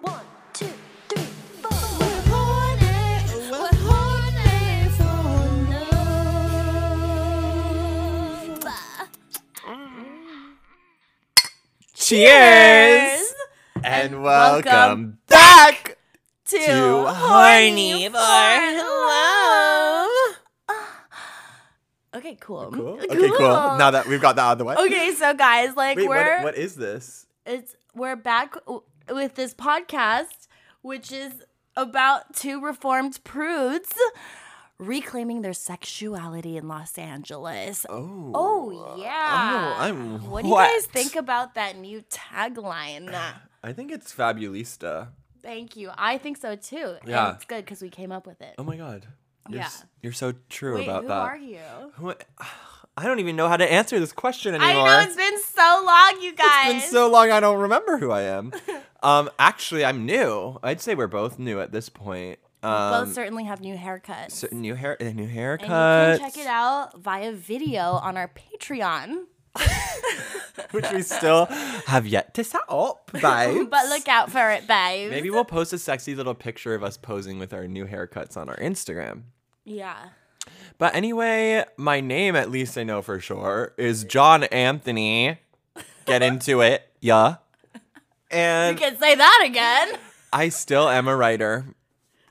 One, two, three, four. We're horny, we're horny for love. Cheers! And welcome, back Too to Horny for Love. Okay, cool. Cool. Okay, cool. Now that we've got that out of the way. okay, so guys, like Wait, we're what, what is this? it's we're back w- with this podcast, which is about two reformed prudes reclaiming their sexuality in Los Angeles. Oh. Oh yeah. I'm what do you guys wet. think about that new tagline? I think it's Fabulista. Thank you. I think so too. Yeah. And it's good because we came up with it. Oh my god. You're, Yeah. s- you're so true Wait, about who that. are you? Who- I don't even know how to answer this question I anymore. know it's been so long, you guys. It's been so long I don't remember who I am. um, actually, I'm new. I'd say we're both new at this point. Um, Both certainly have new haircuts. so new hair, a new and haircut, you can check it out via video on our Patreon. which we still have yet to set up, babes. But look out for it, babe. Maybe we'll post a sexy little picture of us posing with our new haircuts on our Instagram. Yeah. But anyway, my name, at least I know for sure, is John Anthony. Get into it, yeah. You And can say that again. I still am a writer.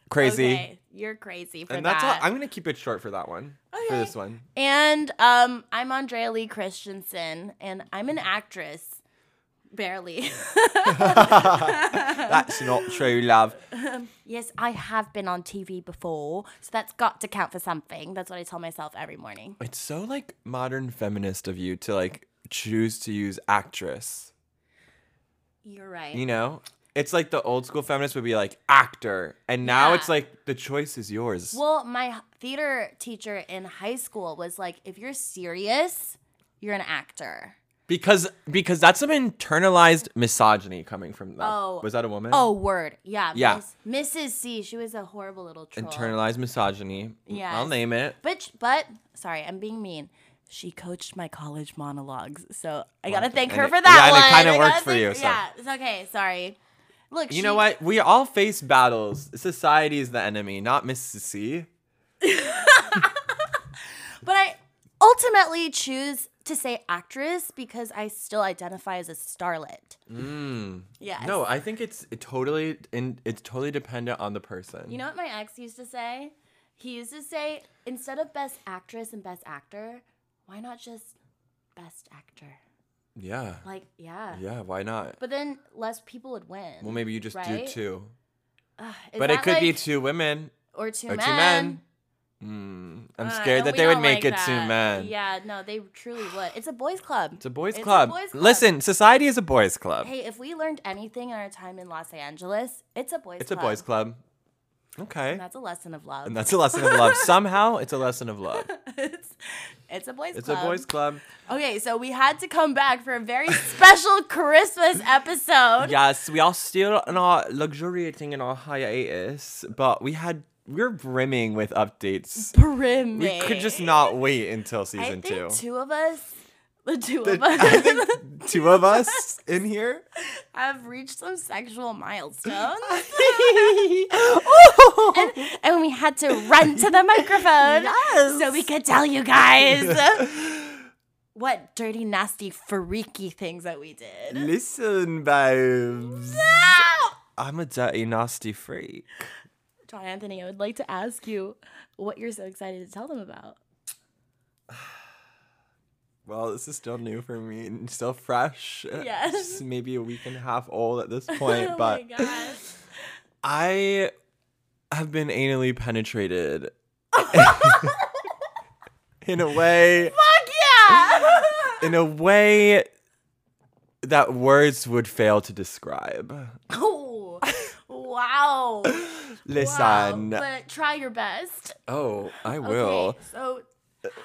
Crazy. Okay. You're crazy for And that. that's all. I'm gonna keep it short for that one. For Okay. this one. and um, I'm Andrea Lee Christensen, and I'm an actress. Barely. That's not true, love. yes, I have been on TV before, so that's got to count for something. That's what I tell myself every morning. It's so like modern feminist of you to like choose to use actress. You're right. You know? It's like the old school feminist would be like actor. And now Yeah. it's like the choice is yours. Well, my h- theater teacher in high school was like, if you're serious, you're an actor. because because that's some internalized misogyny coming from that. Oh. Was that a woman? Oh, word. Yeah. Yeah. Miss- Mrs. C, she was a horrible little troll. Internalized misogyny. Yeah. I'll Yes. name it. But, sh- but, sorry, I'm being mean. She coached my college monologues. So I got to thank her and it- for that yeah, and one. it kinda I gotta worked for thank- you, so. Yeah. It's okay. Sorry. Look, You she- know what? We all face battles. Society is the enemy, not Mrs. C. But I ultimately choose to say actress because I still identify as a starlet. Mm. Yes. No, I think it's it totally in, it's totally dependent on the person. You know what my ex used to say? He used to say, instead of best actress and best actor, why not just best actor? Yeah. Like, yeah. Yeah, why not? But then less people would win. Well, maybe you just do right? two. Is But it that could be like- two women or two or men. two men. Mm, I'm Uh, scared and that we they would don't make like it two that. men. Yeah, no, they truly would. It's a boys' club. It's a boys club. boys' club. Listen, society is a boys club. Hey, if we learned anything in our time in Los Angeles, it's a boys' it's a club. boys club. Okay. That's a lesson of love. And that's a lesson of love. Somehow, it's a lesson of love. it's, it's a boys' It's club. a boys club. Okay, so we had to come back for a very special Christmas episode. Yes, we are still in our luxuriating in our hiatus, but we had we're brimming with updates. Brimming. We could just not wait until I season think two. two of us, the two of I us, think two of us in here. have reached some sexual milestones, Oh. and we had to run to the microphone so we could tell you guys what dirty, nasty, freaky things that we did. Listen, babes. Ow! I'm a dirty, nasty freak. John Anthony, I would like to ask you what you're so excited to tell them about. Well, this is still new for me and still fresh. Yes. It's maybe a week and a half old at this oh point, but my gosh. I have been anally penetrated in a way Fuck yeah! in a way that words would fail to describe. oh, wow. uh, Wow. Listen. But try your best. Oh, I will. Okay, so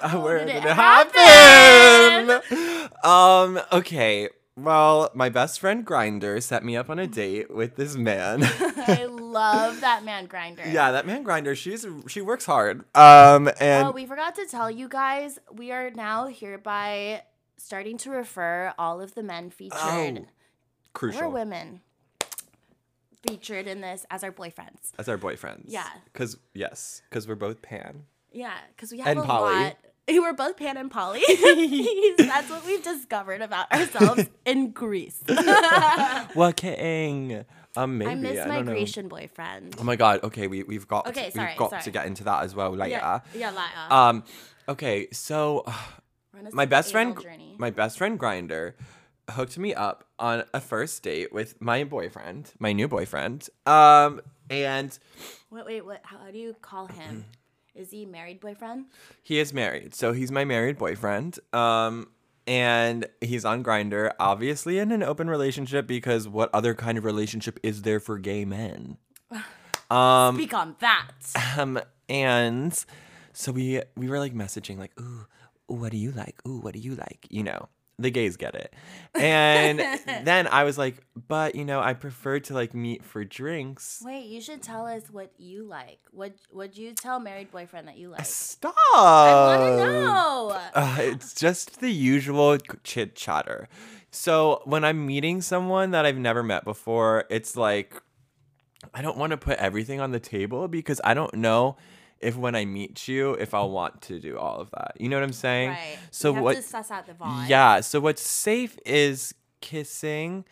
Uh, Where did it did, it happen? um, okay. Well, my best friend Grinder set me up on a date with this man. I love that man grinder. yeah, that man Grinder, she's she works hard. Um and Oh, we forgot to tell you guys, we are now hereby starting Oh, to refer all of the men featured crucial. or women featured in this as our boyfriends. as our boyfriends. Yeah. Cause yes, cause we're both pan. Yeah, because we have And a Polly. lot. We're both Pan and Polly. That's what we've discovered about ourselves in Greece. What king? Um, maybe I miss I my don't know. Grecian boyfriend. Oh my god. Okay, we we've got Okay, to, sorry, we've got to sorry. get into that as well later. Yeah, yeah, Laya. Um, okay, so We're on a my best sexual friend, journey. my best friend Grinder, hooked me up on a first date with my boyfriend, my new boyfriend. Um, and wait, wait, what? How do you call him? Is he married boyfriend? He is married, so he's my married boyfriend. Um, and he's on Grinder, obviously in an open relationship because what other kind of relationship is there for gay men? Speak on that. Um, and so we we were like messaging like, ooh, what do you like? Ooh, what do you like? You know, the gays get it. And then I was like, but you know, I prefer to like meet for drinks. Wait, you should tell us what you like. What would you tell married boyfriend that you like? Stop. I want to know. Uh, it's just the usual chit chatter. So when I'm meeting someone that I've never met before, it's like I don't want to put everything on the table because I don't know if when I meet you, if I'll want to do all of that. You know what I'm saying? Right. So you have what? To suss out the vibe. yeah. So what's safe is kissing,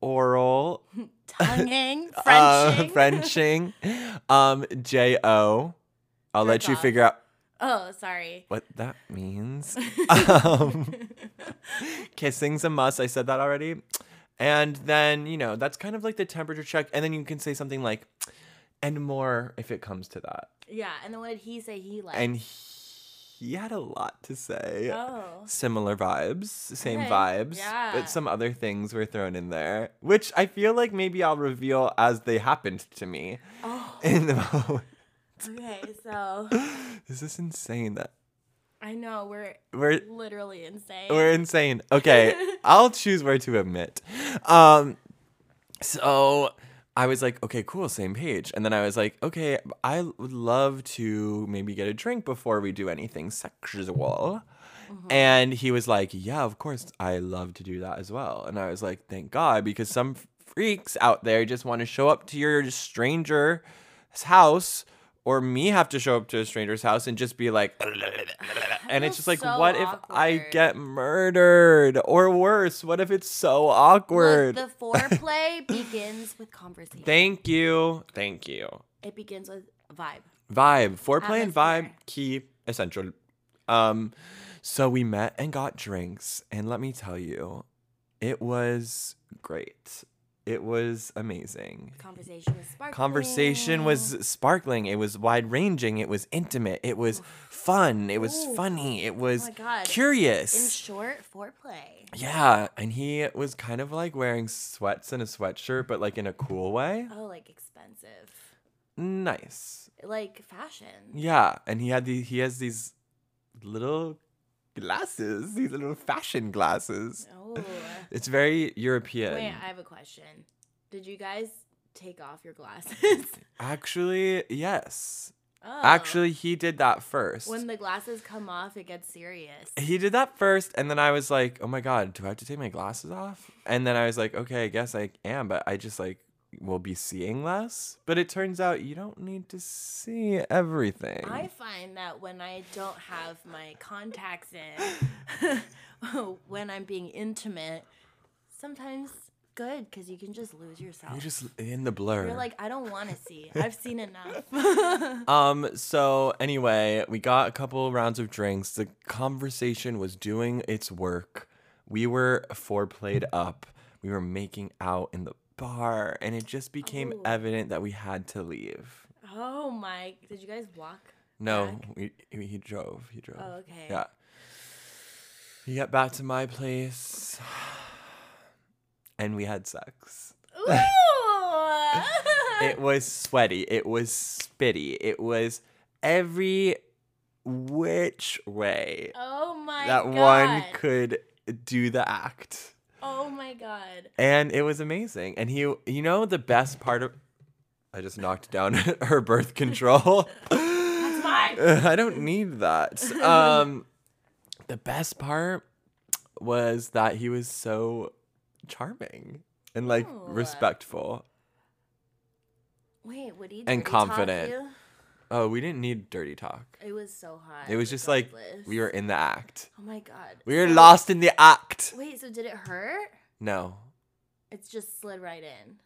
oral, Tonguing, uh, Frenching. Frenching, um, J O. I'll let you off. figure out oh, sorry. what that means. um, kissing's a must. I said that already. And then, you know, that's kind of like the temperature check. And then you can say something like, and more if it comes to that. Yeah, and then what did he say he liked? And he had a lot to say. oh. Similar vibes, same Okay, vibes, yeah. but some other things were thrown in there, which I feel like maybe I'll reveal as they happened to me. Oh. In the moment. Okay, so This is insane that I know we're we're literally insane. We're insane. Okay, I'll choose where to admit. Um, so I was like, okay, cool, same page. And then I was like, okay, I would love to maybe get a drink before we do anything sexual. Mm-hmm. And he was like, yeah, of course, I love to do that as well. And I was like, thank God, because some freaks out there just want to show up to your stranger's house. Or me have to show up to a stranger's house and just be like, and feels it's just like, so what if I awkward. get get murdered or worse what if it's so awkward Look, the foreplay begins with conversation. thank you thank you it begins with vibe. vibe foreplay and vibe Atmosphere. key essential um so we met and got drinks and let me tell you it was great it was amazing Conversation was sparkling. conversation was sparkling it was wide ranging it was intimate it was fun it was Ooh. funny it was Oh my God. curious in short foreplay. Yeah, and he was kind of like wearing sweats and a sweatshirt, but like in a cool way. Oh, like expensive, Nice. like fashion. Yeah, and he had the he has these little glasses, these little fashion glasses. Oh, It's very European. wait, I have a question. Did you guys take off your glasses? Actually, yes. oh. Actually, he did that first. when the glasses come off, it gets serious. he did that first, and then I was like, "Oh my god, do I have to take my glasses off?" And then I was like, "Okay, I guess I am, but I just like will be seeing less." But it turns out you don't need to see everything. I find that when I don't have my contacts in, when I'm being intimate, sometimes good because you can just lose yourself. You're just in the blur. You're like, I don't want to see. I've seen enough. um. So anyway, we got a couple rounds of drinks. The conversation was doing its work. We were foreplayed Mm-hmm. up. We were making out in the bar, and it just became Oh. evident that we had to leave. oh my! Did you guys walk? No, back? we, he he drove. He drove. Oh, okay. Yeah. He got back to my place, and we had sex. Ooh! It was sweaty. It was spitty. It was every which way oh my that god! one could do the act, oh my god! and it was amazing. And he, you know, the best part of, I just knocked down her birth control. That's mine. I don't need that. Um, the best part was that he was so charming and like Oh. respectful. Wait, what do you And dirty talk confident. you? Oh, we didn't need dirty talk. It was so hot. It was just like regardless. we were in the act. Oh my god. We were So- lost in the act. Wait, so did it hurt? No. It's just slid right in.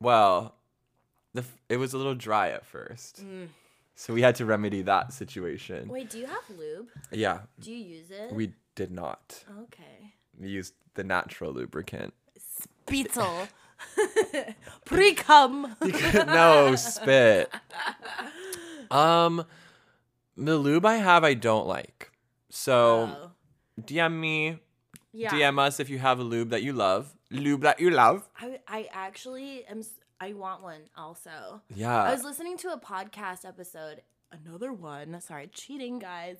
Well, the f- it was a little dry at first. So we had to remedy that situation. Mm. Wait, do you have lube? Yeah, Do you use it? we did not. okay. We used the natural lubricant. Beetle. Pre cum. no spit. Um, the lube I have I don't like. So Oh. DM me, Yeah. DM us if you have a lube that you love, lube that you love. I, I actually am. s- I want one also. I Yeah, was listening to a podcast episode, another one. Sorry, cheating guys.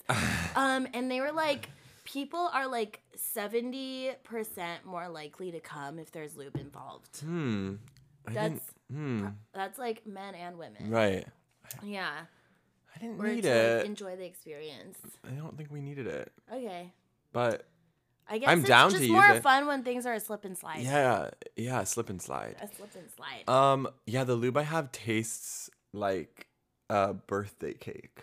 um, and they were like, people are like seventy percent more likely to come if there's lube involved. hmm. I didn't, That's uh, hmm. that's like men and women. Right. Yeah, I didn't or need to like, it. enjoy the experience. I don't think we needed it. Okay, But I guess I'm it's down just to use more it. fun when things are a slip and slide. yeah, yeah, slip and slide. a slip and slide. Um, yeah, the lube I have tastes like a birthday cake.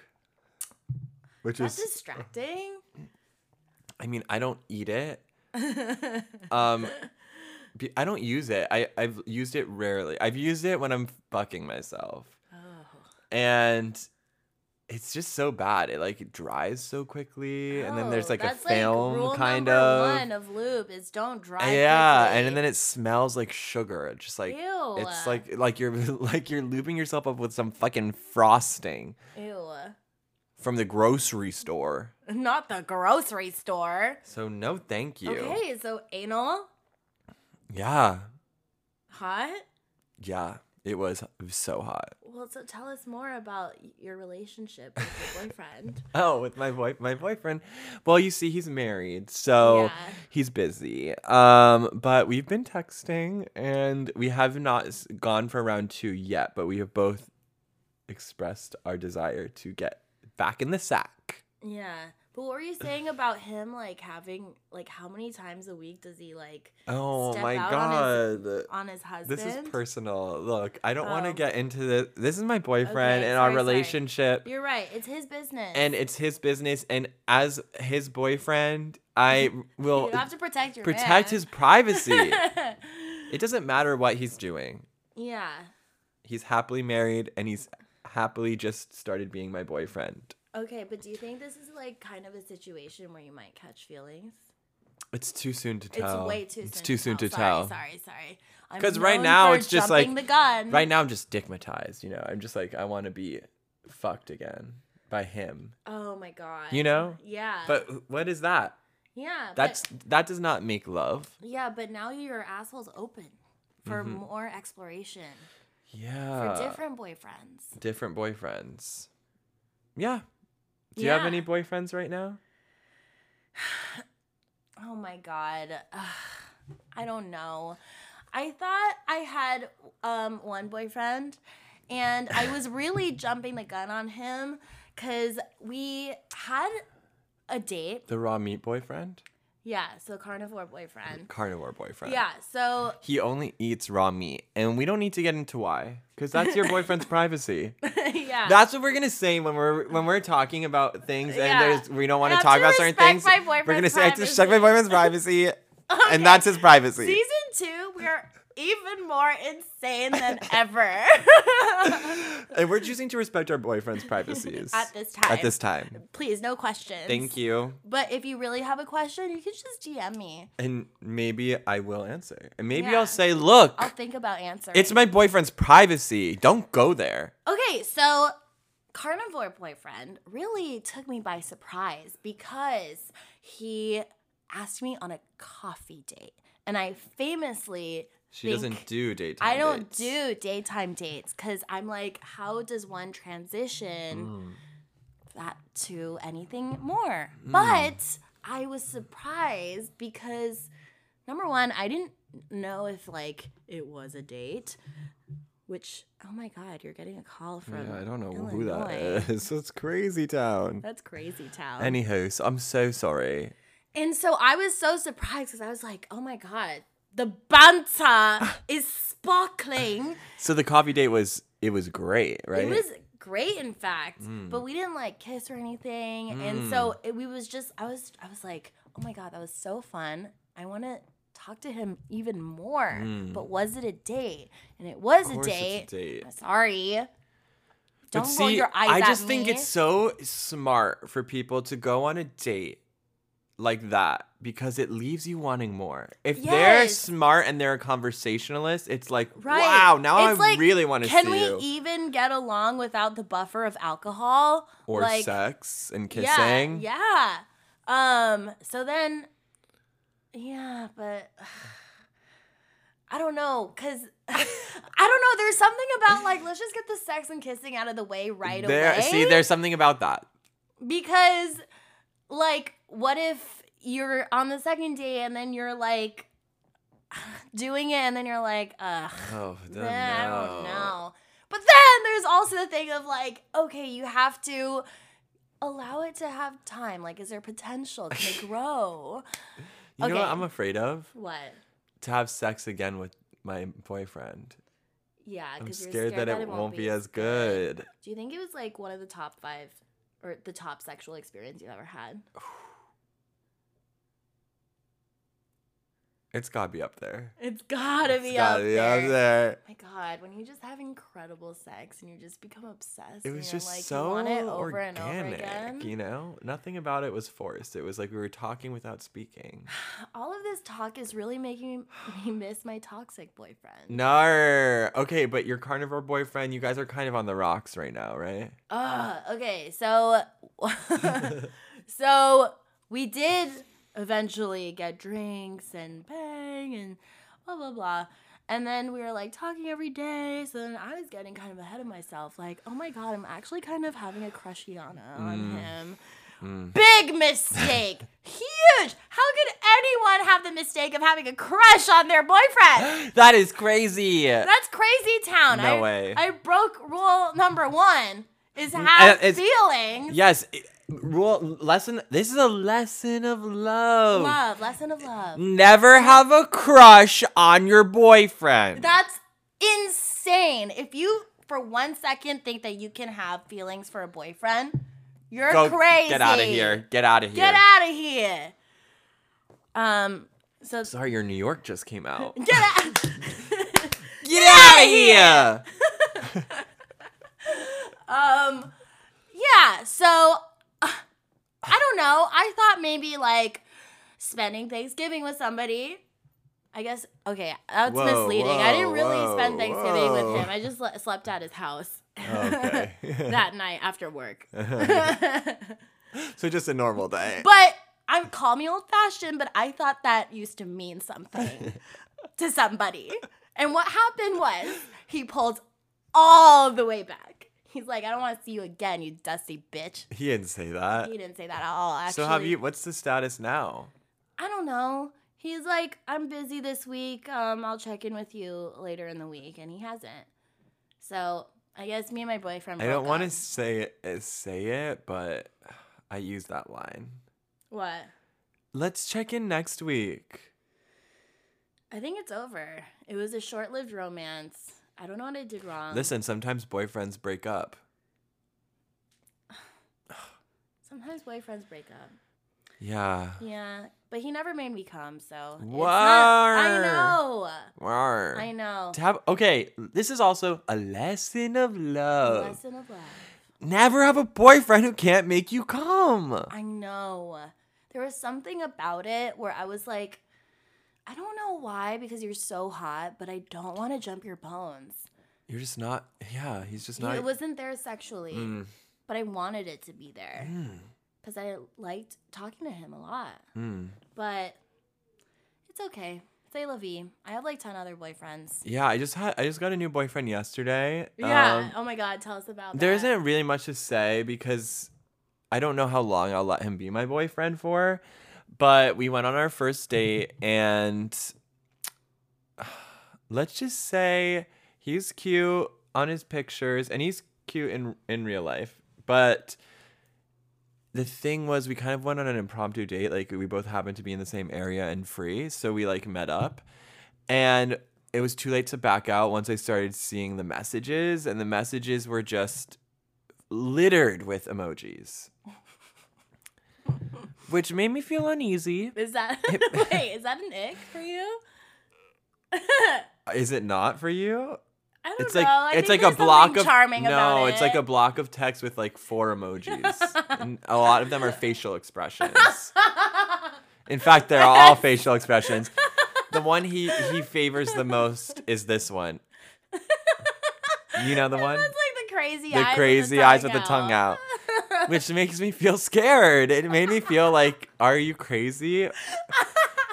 Which that's is distracting. I mean, I don't eat it. um be- I don't use it. I I've used it rarely. I've used it when I'm fucking myself. And it's just so bad. It like dries so quickly and then there's Oh, like a that's, like, film rule kind number of one of lube is don't dry. yeah, quickly. and then it smells like sugar. It Just like it's Ew. like like you're like you're looping yourself up with some fucking frosting Ew. from the grocery store. Not the grocery store. So no, thank you. Okay, so anal, Yeah, hot. yeah, it was so hot. Well, so tell us more about your relationship with your boyfriend. Oh, with my boy, my boyfriend. Well, you see, he's married, so Yeah. he's busy. Um, but we've been texting, and we have not s- gone for round two yet. But we have both expressed our desire to get back in the sack. Yeah. But what were you saying about him, like having, like, how many times a week does he, like, Oh Step my out on god. on his husband? This is personal. Look, I don't want to Oh. get into this. This is my boyfriend Okay, sorry, and our sorry. relationship, You're right. It's his business. and it's his business. And as his boyfriend, I will you have to protect your oh, protect his man. privacy. it doesn't matter what he's doing. yeah. He's happily married, and he's happily just started being my boyfriend. Okay, but do you think this is, like, kind of a situation where you might catch feelings? It's too soon to It's tell. way too soon. It's too soon to Sorry, tell. Sorry, sorry. I'm 'Cause right known now for it's just, like- jumping the gun. Right now, I'm just stigmatized. You know, I'm just like I want to be fucked again by him. Oh my god. You know? Yeah. But wh- what is that? yeah. That's that does not make love. But, yeah, but now your asshole's open for Mm-hmm. more exploration for Yeah. different boyfriends. different boyfriends. Yeah. Do you have Yeah. any boyfriends right now? Oh my god. Ugh, I don't know. I thought I had um one boyfriend and I was really jumping the gun on him cuz we had a date. The raw meat boyfriend? Yeah, so carnivore boyfriend. Carnivore boyfriend. Yeah, so He only eats raw meat. And we don't need to get into why. Because that's your boyfriend's privacy. yeah. That's what we're gonna say when we're when we're talking about things and Yeah. there's we don't want I to have talk to about certain respect things. my we're gonna boyfriend's say I have to respect my boyfriend's privacy. And that's his privacy. Season two, we're even more insane than ever and we're choosing to respect our boyfriend's privacies. at this time. At this time. Please, no questions. Thank you. But if you really have a question, you can just DM me. And maybe I will answer. And maybe Yeah. I'll say, look, I'll think about answering. it's my boyfriend's privacy. Don't go there. okay, so carnivore boyfriend really took me by surprise because he asked me on a coffee date, and I famously She think- doesn't do daytime. I don't dates. do daytime dates because I'm like, how does one Mm. transition that to anything more? But I was surprised because number one, I didn't know if like it was a date. Which oh my god, you're getting a call from Yeah, I don't know Illinois. who that is. It's crazy town. That's crazy town. Anywho, so I'm so sorry. and so I was so surprised because I was like, oh my god, The banter is sparkling. So the coffee date was it was great, right? Mm. It was great, in fact, but we didn't like kiss or anything, and so it, we was just I was I was like, oh my god, that was so fun. I want to talk to him even more. But was it a date? And it was a Mm. course it's a date. date. I'm sorry. But Don't roll your eyes I at just think me. it's so smart for people to go on a date like that because it leaves you wanting more. If they're Yes. smart and they're a conversationalist, it's like, Right. wow, now It's I like, really want to Can see we you. even get along without the buffer of alcohol or Like, sex and yeah, kissing. Yeah. Um. So then, yeah, but I don't know, cause I don't know. There's something about like let's just get the sex and kissing out of the way right there, away. See, there's something about that. because like what if you're on the second day and then you're like doing it and then you're like ugh Oh, I don't nah, I don't know. know. But then there's also the thing of like, okay, you have to allow it to have time. Like, is there potential? Can it grow? You know what Okay. I'm afraid of? What? To have sex again with my boyfriend. Yeah, I'm because you're scared, that, it won't be as good. Do you think it was like one of the top five or the top sexual experience you've ever had? It's gotta be up there. It's gotta It's be, gotta up, be there. up there. My God, when you just have incredible sex and you just become obsessed, It and was you're just like, so you want it over organic, and over again. you know. Nothing about it was forced. It was like we were talking without speaking. All of this talk is really making me miss my toxic boyfriend. No, okay, but your carnivore boyfriend, you guys are kind of on the rocks right now, right? Ugh, okay, so so we did eventually get drinks and bang and blah blah blah. And then we were like talking every day. So then I was getting kind of ahead of myself. Like, oh my god, I'm actually kind of having a crushiana on him. Big mistake. Huge. How could anyone have the mistake of having a crush on their boyfriend? that is crazy. That's crazy town. No I, way. I broke rule number one is have it's- feelings. yes, it- rule lesson. This is a lesson of love. Love, lesson of love. Never have a crush on your boyfriend. That's insane. If you for one second think that you can have feelings for a boyfriend, you're Go crazy. get out of here. Get out of here. Get out of here. Um so Sorry, your New York just came out. get out Get out of here. Um, yeah. So uh, I don't know. I thought maybe like spending Thanksgiving with somebody. I guess okay, that's Whoa, misleading. I didn't really whoa, spend Thanksgiving whoa. with him. I just le- slept at his house Okay. that night after work. so just a normal day. But I'm call me old fashioned, but I thought that used to mean something to somebody. And what happened was he pulled all the way back. He's like, I don't want to see you again, you dusty bitch. he didn't say that. He didn't say that at all. Actually, Uh, Oh So have you? What's the status now? I don't know. He's like, I'm busy this week. Um, I'll check in with you later in the week, and he hasn't. So I guess me and my boyfriend. I don't broke want to up. say it, eh, say it, but I use that line. What? Let's check in next week. I think it's over. It was a short-lived romance. I don't know what I did wrong. Listen, sometimes boyfriends break up. Sometimes boyfriends break up. Yeah. Yeah, but he never made me come, so. it's not- War. I know. Rawr. I know. To have- okay, this is also a lesson of love. Lesson of love. Never have a boyfriend who can't make you come. I know. There was something about it where I was like, I don't know why, because you're so hot, but I don't want to jump your bones. You're just not. Yeah, he's just You- not. it wasn't there sexually, Mm, but I wanted it to be there mm, because I liked talking to him a lot. mm. But it's okay. Say la vie. I have like 10 other boyfriends. Yeah, I just had. I just got a new boyfriend yesterday. Yeah. Um, oh my God. Tell us about There that. isn't really much to say because I don't know how long I'll let him be my boyfriend for. But we went on our first date, and let's just say he's cute on his pictures, and he's cute in in real life. But the thing was, we kind of went on an impromptu date. Like we both happened to be in the same area and free, so we like met up, And it was too late to back out once I started seeing the messages, and the messages were just littered with emojis, which made me feel uneasy. Is that wait? Is that an ick for you? Is it not for you? I don't It's know. like I it's think like a there's block something of charming no, about it's like it. a block of text with like four emojis. and a lot of them are facial expressions. In fact, they're all facial expressions. The one he he favors the most is this one. You know the one? That's like the crazy The eyes. crazy eyes with the tongue out. Which makes me feel scared. It made me feel like, are you crazy?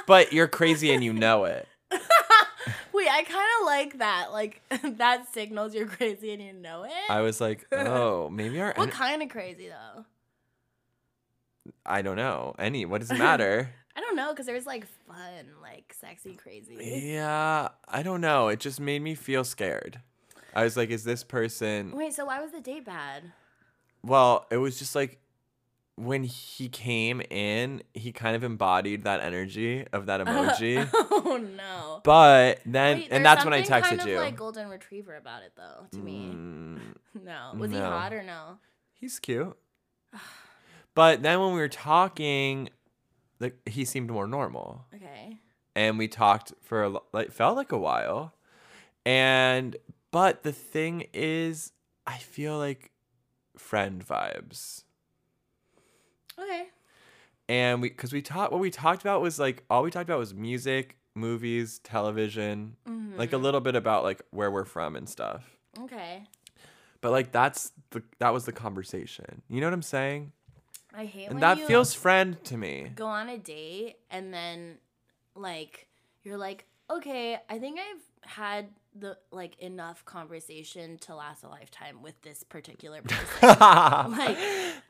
But you're crazy and you know it. Wait, I kind of like that. Like that signals you're crazy and you know it. I was like, oh, maybe our what kind of crazy though? I don't know. Any, what does it matter? I don't know because there's like fun, like sexy crazy. yeah, I don't know. It just made me feel scared. I was like, is this person. Wait, so why was the date bad? Well, it was just like when he came in, he kind of embodied that energy of that emoji. oh no. but then, Wait, and there's that's when I something texted kind of you. Like golden retriever about it though. To me, Mm, no. Was he no. hot or no? he's cute. But then when we were talking, like he seemed more normal. Okay. and we talked for a, lo- like felt like a while and but the thing is i feel like friend vibes Okay. and we because we talked what we talked about was like all we talked about was music movies television Mhm. like a little bit about like where we're from and stuff Okay. but like that's the that was the conversation you know what i'm saying I hate when and that you feels friend to me go on a date and then like you're like, okay, I think I've had the like enough conversation to last a lifetime with this particular person. like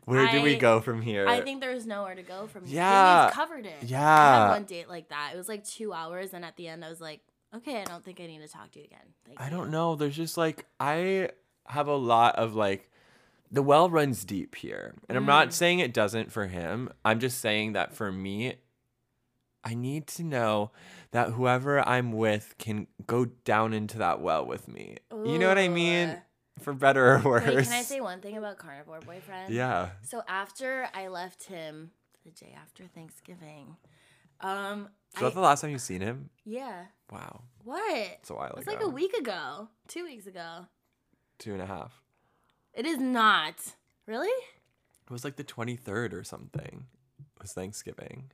where do we I- go from here I think there's nowhere to go from here. I think Yeah. We've covered it. I Yeah. had one date like that. It was like two hours, and at the end, I was like, okay, I don't think I need to talk to you again. Thank I you." don't know. There's just like I have a lot of like the well runs deep here. And I'm Mm. not saying it doesn't for him. I'm just saying that for me I need to know that whoever I'm with can go down into that well with me. You know what I Ooh. uh, mean? For better or worse. Wait, can I say one thing about carnivore boyfriend? yeah. So after I left him the day after Thanksgiving, um, So that's I, the last time you've seen him? yeah, Wow. what? It's a while It was ago. like a week ago, two weeks ago. Two and a half. It is not really. It was like the 23rd or something. It was Thanksgiving.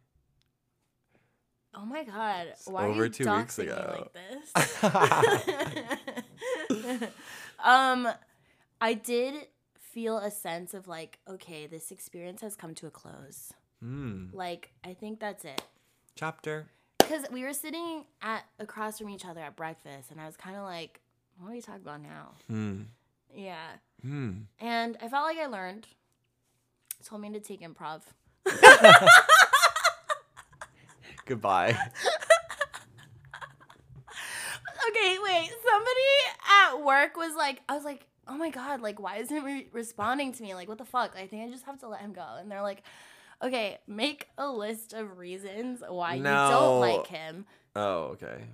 Oh my god! Why over are you two doxing weeks me ago. like this? um, I did feel a sense of like, okay, this experience has come to a close. Mm. Like, I think that's it. Chapter. Because we were sitting at across from each other at breakfast, and I was kind of like, what are we talking about now? Hmm. Yeah, Hmm. and I felt like I learned. Told me to take improv. Goodbye. Okay, wait. Somebody at work was like, I was like, oh my god, like, why isn't he responding to me? Like, what the fuck? I think I just have to let him go. And they're like, okay, make a list of reasons why you No. don't like him, Oh, okay.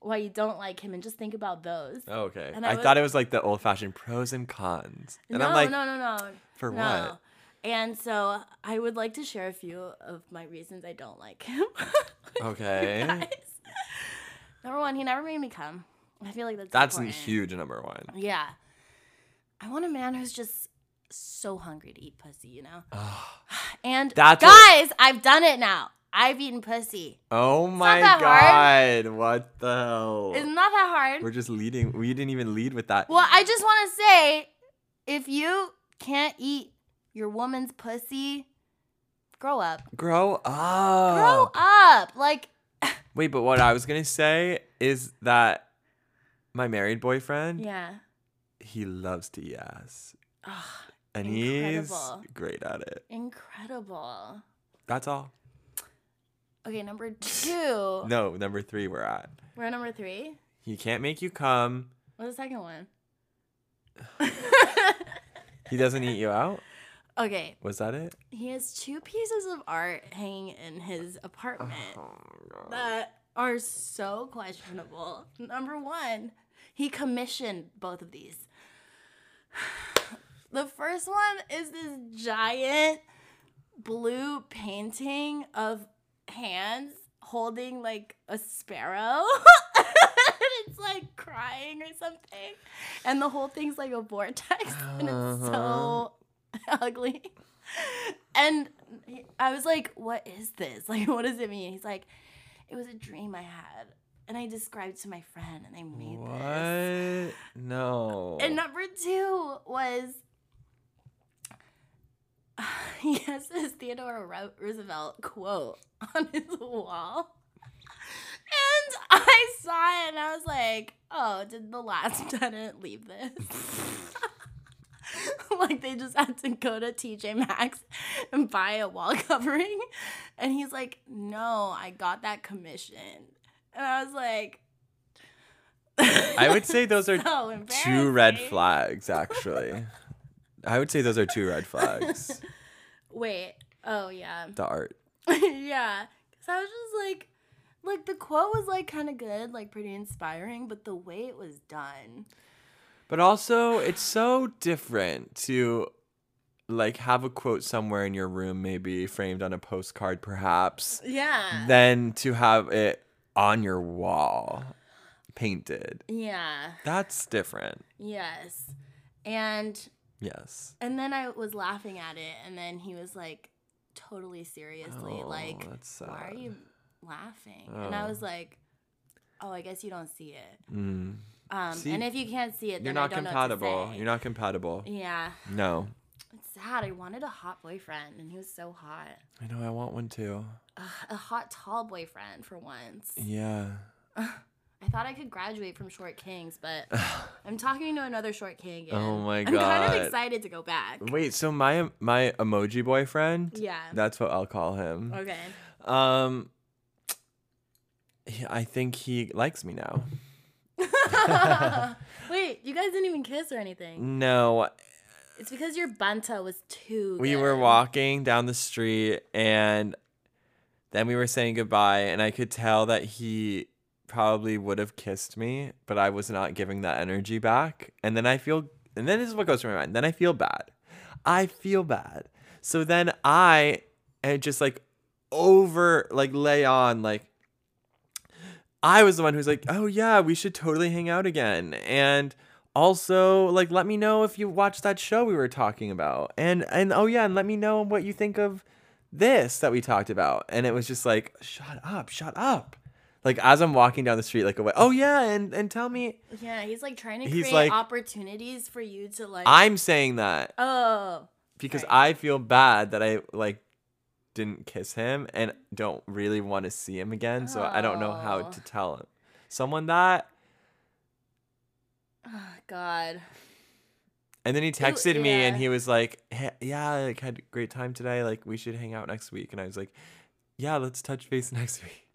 why you don't like him, and just think about those. Oh, okay. And I, I was- thought it was like the old fashioned pros and cons. And no, I'm like, no, no, no. for no. what? And so I would like to share a few of my reasons I don't like him. Okay. Guys. Number one, he never made me come. I feel like that's That's a important. huge number one. Yeah. I want a man who's just so hungry to eat pussy, you know? Ah. And That's what- guys, I've done it now. I've eaten pussy. Oh my that hard. god. What the hell? It's not that hard. We're just leading. We didn't even lead with that. well, I just want to say if you can't eat your woman's pussy, grow up. Grow Grow up. up. Like, Wait, but what I was going to say is that my married boyfriend, yeah. he loves to eat ass. Ugh, And Incredible. he's great at it. incredible. That's all. Okay, number two. No, number three, we're at. We're at number three. He can't make you come. What's the second one? He doesn't eat you out. okay, Was that it? He has two pieces of art hanging in his apartment that are so questionable. Number one, he commissioned both of these. The first one is this giant blue painting of hands holding like a sparrow. it's like crying or something. And the whole thing's like a vortex. And it's so ugly. And he- I was like, what is this? Like, what does it mean? He's like, it was a dream I had. And I described to my friend, and they made this. What? No. And number two was he has this Theodore Ro- Roosevelt quote on his wall. And I saw it and I was like, oh, did the last tenant leave this? like they just had to go to TJ Maxx and buy a wall covering. And he's like, no, I got that commission. And I was like, I would say those are so two Oh, red embarrassing. flags, actually. I would say those are two red flags. Wait. Oh yeah. The art. yeah. Cause I was just like, like the quote was like kind of good, like pretty inspiring, but the way it was done. But also, it's so different to like have a quote somewhere in your room, maybe framed on a postcard, perhaps, Yeah. than to have it on your wall painted. yeah. That's different. Yes. And Yes. and then I was laughing at it, and then he was like, totally seriously, Oh, like, that's why are sad. you laughing? And I Oh. was like, oh, I guess you don't see it. Mm. Um, See, and if you can't see it, You're then not I don't Know compatible. what to say. You're not compatible. Yeah. No. It's sad. I wanted a hot boyfriend, and he was so hot. I know I want one too. Ugh, a hot tall boyfriend for once. Yeah. I thought I could graduate from Short Kings, but I'm talking to another Short King again. Oh my I'm kind God. of excited to go back. Wait, so my my emoji boyfriend? Yeah. That's what I'll call him. Okay. Um he- I think he likes me now. Wait, you guys didn't even kiss or anything. No, It's because your banta was too. we good. were walking down the street and then we were saying goodbye and I could tell that he probably would have kissed me, but I was not giving that energy back. And then I feel and then this is what goes through my mind. Then I feel bad. I feel bad. So then I and just like over like lay on like I was the one who's like, "Oh yeah, we should totally hang out again." And also, like let me know if you watched that show we were talking about. And and oh yeah, and let me know what you think of this that we talked about. And it was just like, "Shut up, shut up." Like as I'm walking down the street like away, "Oh yeah, and and tell me Yeah, he's like trying to He's create like- opportunities for you to like. I'm saying that oh. because Right. I feel bad that I like didn't kiss him and don't really want to see him again. So I don't know how Oh. to tell him. Someone that oh, God. and then he texted me and yeah. he was like, "Hey, "Yeah, like had a great time today. Like we should hang out next week." And I was like, "Yeah, let's touch base next week."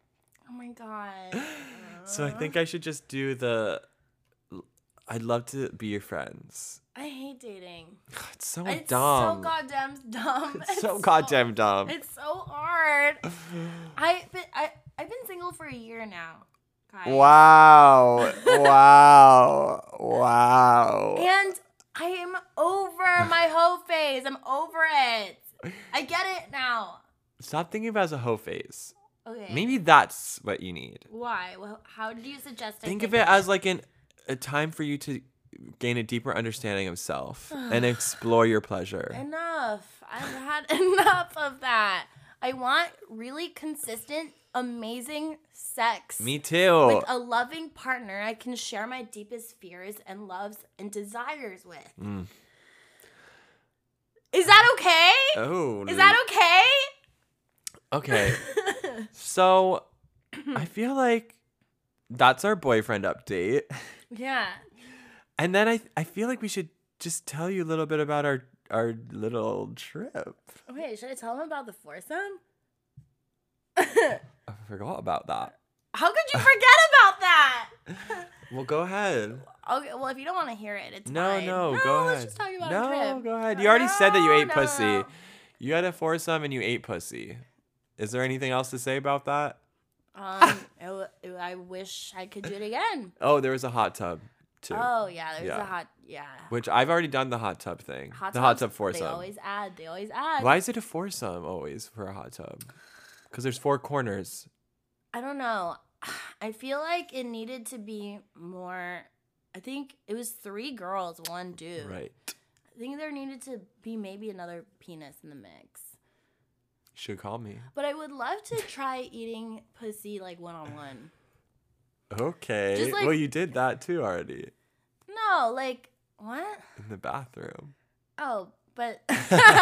Oh my God. So I think I should just do the I'd love to be your friends. I hate dating. It's so it's dumb. so goddamn dumb. It's so goddamn dumb. It's so hard. I but I I've been single for a year now. Guys. Wow. wow. Wow. And I am over my hoe phase. I'm over it. I get it now. Stop thinking about it as a hoe phase. Okay. Maybe that's what you need. Why? Well, how did you suggest? I Think of it as like an a time for you to gain a deeper understanding of self and explore your pleasure. enough. I've had enough of that. I want really consistent, amazing sex. Me too. Like oh, a loving partner I can share my deepest fears and loves and desires with. Mm. Is that okay? Oh. Is that okay? okay? So I feel like that's our boyfriend update. yeah. And then I I feel like we should just tell you a little bit about our our little trip. Wait, should I tell him about the foursome? I forgot about that. How could you forget about that? Well, go ahead. Okay, well, if you don't want to hear it, it's No, fine. no, go ahead. let's just talk about no, a trip. go ahead. You already said that you No, ate no, pussy. no. You had a foursome and you ate pussy. Is there anything else to say about that? Um, it wa- it- I wish I could do it again. Oh, there was a hot tub too, Oh yeah, there's Yeah. a hot yeah. which I've already done the hot tub thing. the hot tubs, tub They foursome. always add. They always add. Why is it a foursome always for a hot tub? Because there's four corners. I don't know. I feel like it needed to be more. I think it was three girls, one dude. Right. I think there needed to be maybe another penis in the mix. Should call me. But I would love to try eating pussy like one on one. Okay. Just like- well, you did that too already No, like what? in the bathroom. Oh, but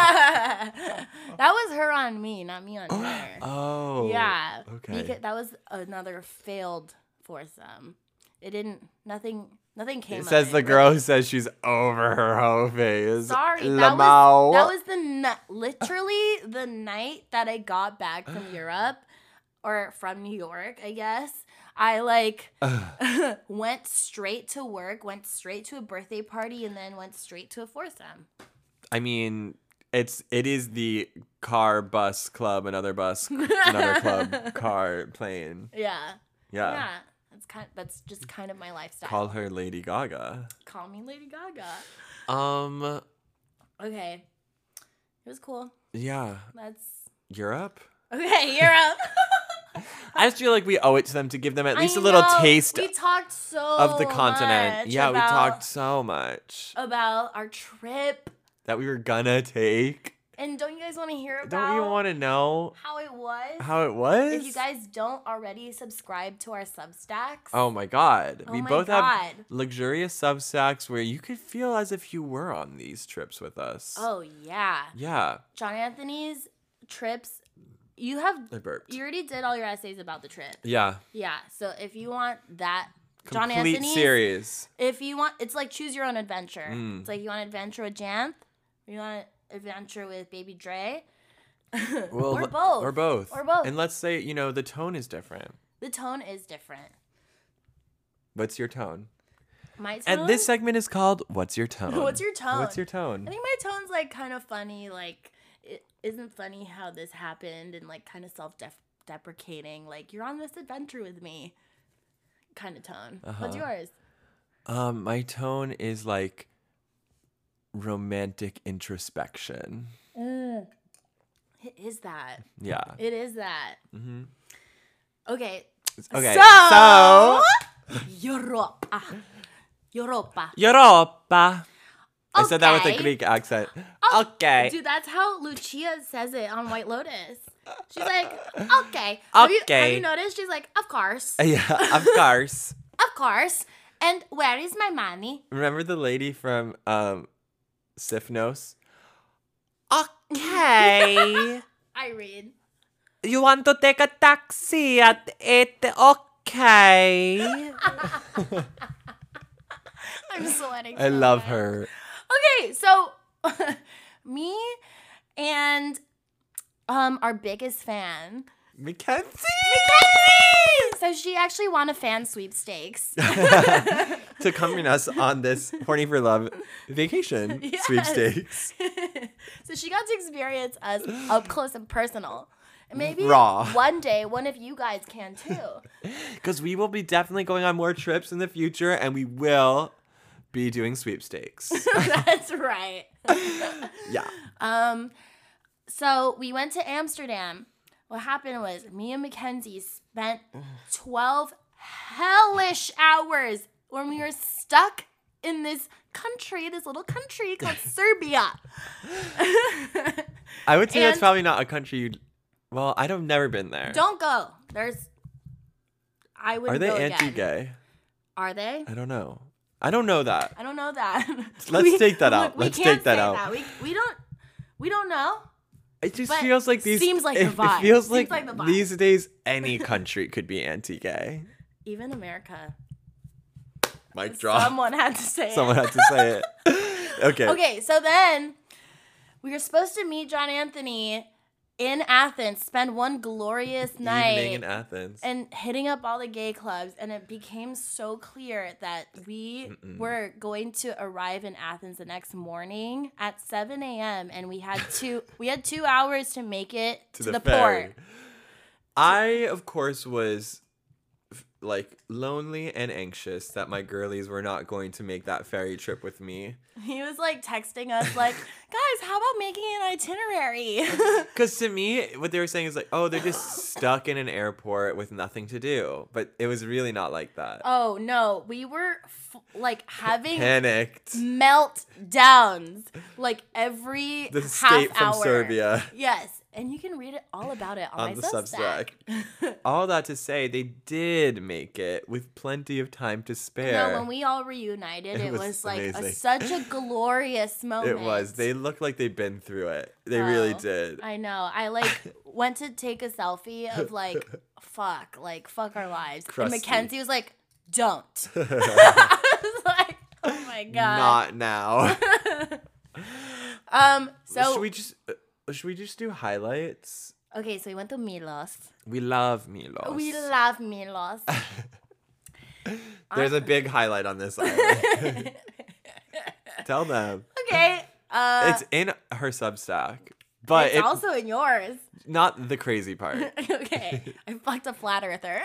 that was her on me, not me on her. Oh. yeah. Okay. Beca- that was another failed foursome. It didn't. Nothing. Nothing came. It of says the really. girl who says she's over her hoe phase. Sorry, that Lamau. was, that was the ni- literally the night that I got back from Europe or from New York, I guess. I like went straight to work, went straight to a birthday party, and then went straight to a foursome. I mean, it's it is the car bus club, another bus, another club, car plane. Yeah, Yeah. yeah. That's kind. that's just kind of my lifestyle. Call her Lady Gaga. Call me Lady Gaga. Um. Okay, it was cool. Yeah. That's Europe. okay. You're up. I just feel like we owe it to them to give them at I least a little know, taste We talked so of the continent. much Yeah, we about- talked so much about our trip. that we were gonna take. And don't you guys want to hear about Don't you want to know how it was? how it was? if you guys don't already subscribe to our Substacks, Oh my god. Oh we my both have God. luxurious substacks where you could feel as if you were on these trips with us. Oh, yeah, Yeah. John Anthony's trips. You have I burped. you already did all your essays about the trip. yeah. Yeah, so if you want that John Complete Anthony's, series. if you want, it's like choose your own adventure. Mm. It's like you want adventure with Janth, you want adventure with Baby Dre. Well, Or le- both. Or both. Or both. And let's say, you know, the tone is different. The tone is different. What's your tone? My tone. And this segment is called What's Your Tone? What's Your Tone? What's your tone? I think my tone's like kind of funny. Like, it isn't funny how this happened and like kind of self deprecating. Like, you're on this adventure with me kind of tone. Uh-huh. What's yours? Um, my tone is like romantic introspection. It is that. Yeah. It is that. Mm-hmm. Okay. Okay. So- Europa. Europa. Europa. I said that with a Okay. Greek accent. okay. Dude, that's how Lucia says it on White Lotus. She's like, okay. Have you, have Okay. you noticed? She's like, of course. Yeah, of course. Of course. And where is my money? Remember the lady from um Sifnos? Okay. Irene. you want to take a taxi at eight? Okay. I'm sweating. I so love bad. her. Okay, so me and um our biggest fan. Mackenzie. So she actually won a fan sweepstakes. to accompany us on this horny for love vacation Yes. sweepstakes. so she got to experience us up close and personal. And Maybe Raw. one day one of you guys can too. Because we will be definitely going on more trips in the future and we will be doing sweepstakes. That's right. yeah. Um, so we went to Amsterdam. What happened was me and Mackenzie spent 12 hellish hours when we were stuck in this country, this little country called Serbia. I would say that's And- probably not a country you'd. Well, I don't never been there. Don't go. There's, I Are wouldn't they go again. anti gay? Are they? I don't know. I don't know that. I don't know that. Let's take that out. we Let's can't take that say out. We, we don't, we don't know. It just But feels like these. seems like the it, vibe. It feels Seems like, like the vibe. these days any country could be anti gay. Even America. Mic drop. Someone Someone, had to say it. had to say it. okay. Okay, so then we were supposed to meet John Anthony in Athens, spend one glorious Evening night, in Athens. and hitting up all the gay clubs. And it became so clear that we were going to arrive in Athens the next morning at 7 a.m. And we had two we had two hours to make it to, the, port. ferry. I, of course, was f- like lonely and anxious that my girlies were not going to make that ferry trip with me. He was like texting us, like, guys, how about making an itinerary? Because to me, what they were saying is like, oh, they're just stuck in an airport with nothing to do. But it was really not like that. oh no, we were f- like having Panicked. meltdowns like every The half escape from hour. Serbia. Yes, and you can read it all about it on, On my the Substack. All that to say, they did make it with plenty of time to spare. No, when we all reunited, It it, was was, like a, amazing. such a glorious moment. it was. They looked like they'd been through it. They really Oh. did. I know. I like went to take a selfie of like, fuck, like fuck our lives. Crusty. And Mackenzie was like, don't. I was like, oh my god. Not now. um. So should we just uh, should we just do highlights? okay, so we went to Milos. We love Milos. We love Milos. There's a big highlight on this island. Tell them. okay. Uh, it's in her Substack, but it's it- also in yours. not the crazy part. okay. I fucked a flat earther.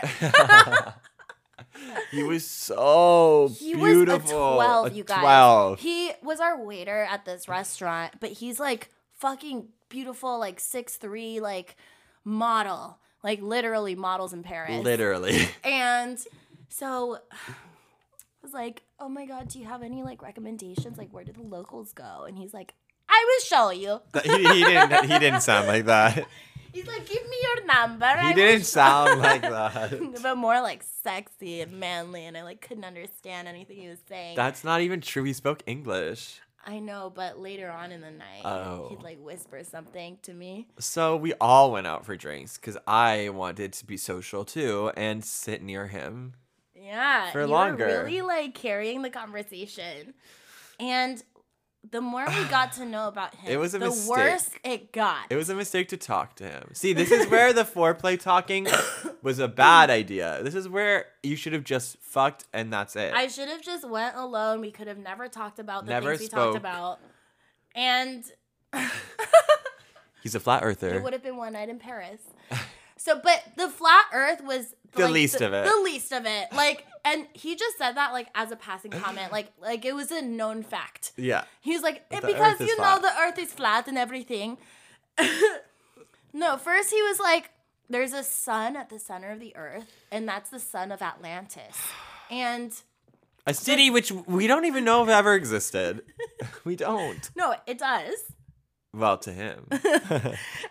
He was so He beautiful. was a 12, you guys. 12. He was our waiter at this restaurant, but he's like fucking beautiful, like six three, like model, like literally models in Paris. Literally. And so I was like, oh my God, do you have any like recommendations? Like, where do the locals go? And he's like, I will show you. That- he, he didn't he didn't sound like that. He's like, give me your number. I He will didn't show-" sound like that. but more like sexy and manly, and I like couldn't understand anything he was saying. That's not even true. He spoke English. I know, but later on in the night, Oh. he'd like whisper something to me. So we all went out for drinks because I wanted to be social too and sit near him. Yeah, For you longer. were really like carrying the conversation, and the more we got to know about him, It was a the mistake. worse it got. It was a mistake to talk to him. See, this is where the foreplay talking was a bad idea. This is where you should have just fucked and that's it. I should have just went alone. We could have never talked about the Never things we spoke. talked about, and He's a flat earther. it would have been one night in Paris. So, but the flat Earth was The least of it. The least of it. Like, and he just said that like as a passing comment, like like it was a known fact. Yeah. He was like, "Eh, The because earth is you flat." know the earth is flat and everything. no, first he was like, there's a sun at the center of the earth, and that's the sun of Atlantis. And A city which we don't even know if ever existed. we don't. no, it does. Well, to him.